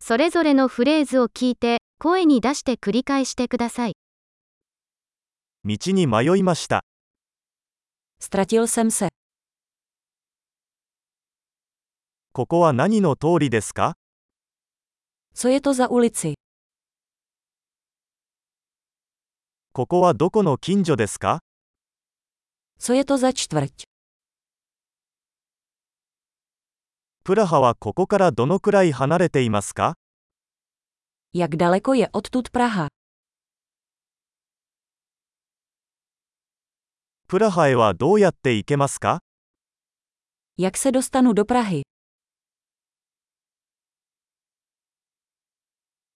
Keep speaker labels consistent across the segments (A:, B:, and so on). A: それぞれのフレーズを聞いて、声に出して繰り返してください。
B: 道に迷いました。
C: Ztratil jsem se.
B: ここは何の通りですか
C: Co je to za ulici?
B: ここはどこの近所ですか
C: Co je to za čtvrť?
B: プラハはここからどのくらい離れていますか
C: Jak daleko je odtud Praha?
B: プラハへはどうやって行けますか
C: Jak se dostanu do Prahy?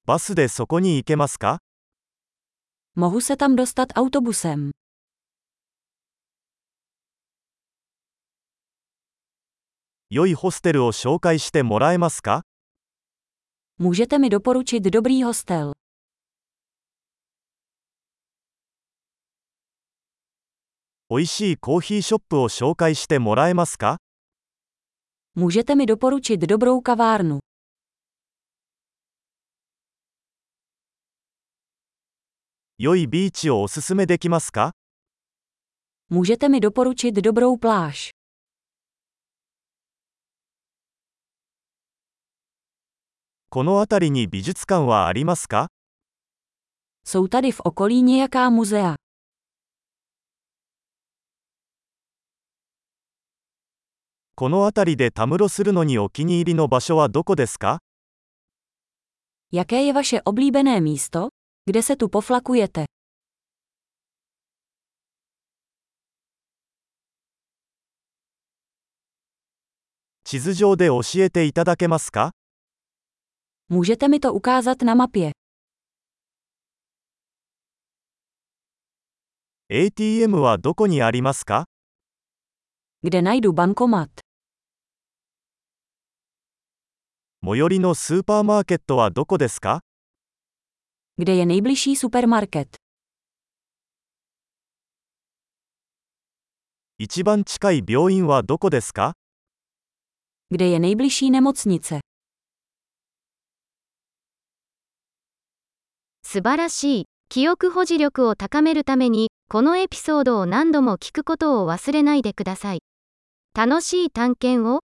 B: バスでそこに行けますか
C: Mohu se tam dostat autobusem.
B: 良いホステルを紹介してもらえますか
C: Můžete mi doporučit dobrý hostel.
B: 美味しいコーヒーショップを紹介してもらえますか
C: Můžete mi doporučit dobrou kavárnu.
B: 良いビーチをおすすめできますか
C: Můžete mi doporučit dobrou pláž.
B: この辺りに美術館はありますか
C: Jsou tady v okolí nějaká muzea.
B: この辺りでたむろするのにお気に入りの場所はどこですか
C: Jaké je vaše oblíbené místo? Kde se tu poflakujete?
B: 地図上で教えていただけますか
C: Můžete mi to ukázat na mapě.
B: ATM はどこにありますか
C: Kde najdu bankomat?
B: 最寄りのスーパーマーケットはどこですか
C: Kde je nejbližší supermarket?
B: 一番近い病院はどこですか
C: Kde je nejbližší nemocnice?
A: 素晴らしい。記憶保持力を高めるために、このエピソードを何度も聞くことを忘れないでください。楽しい探検を。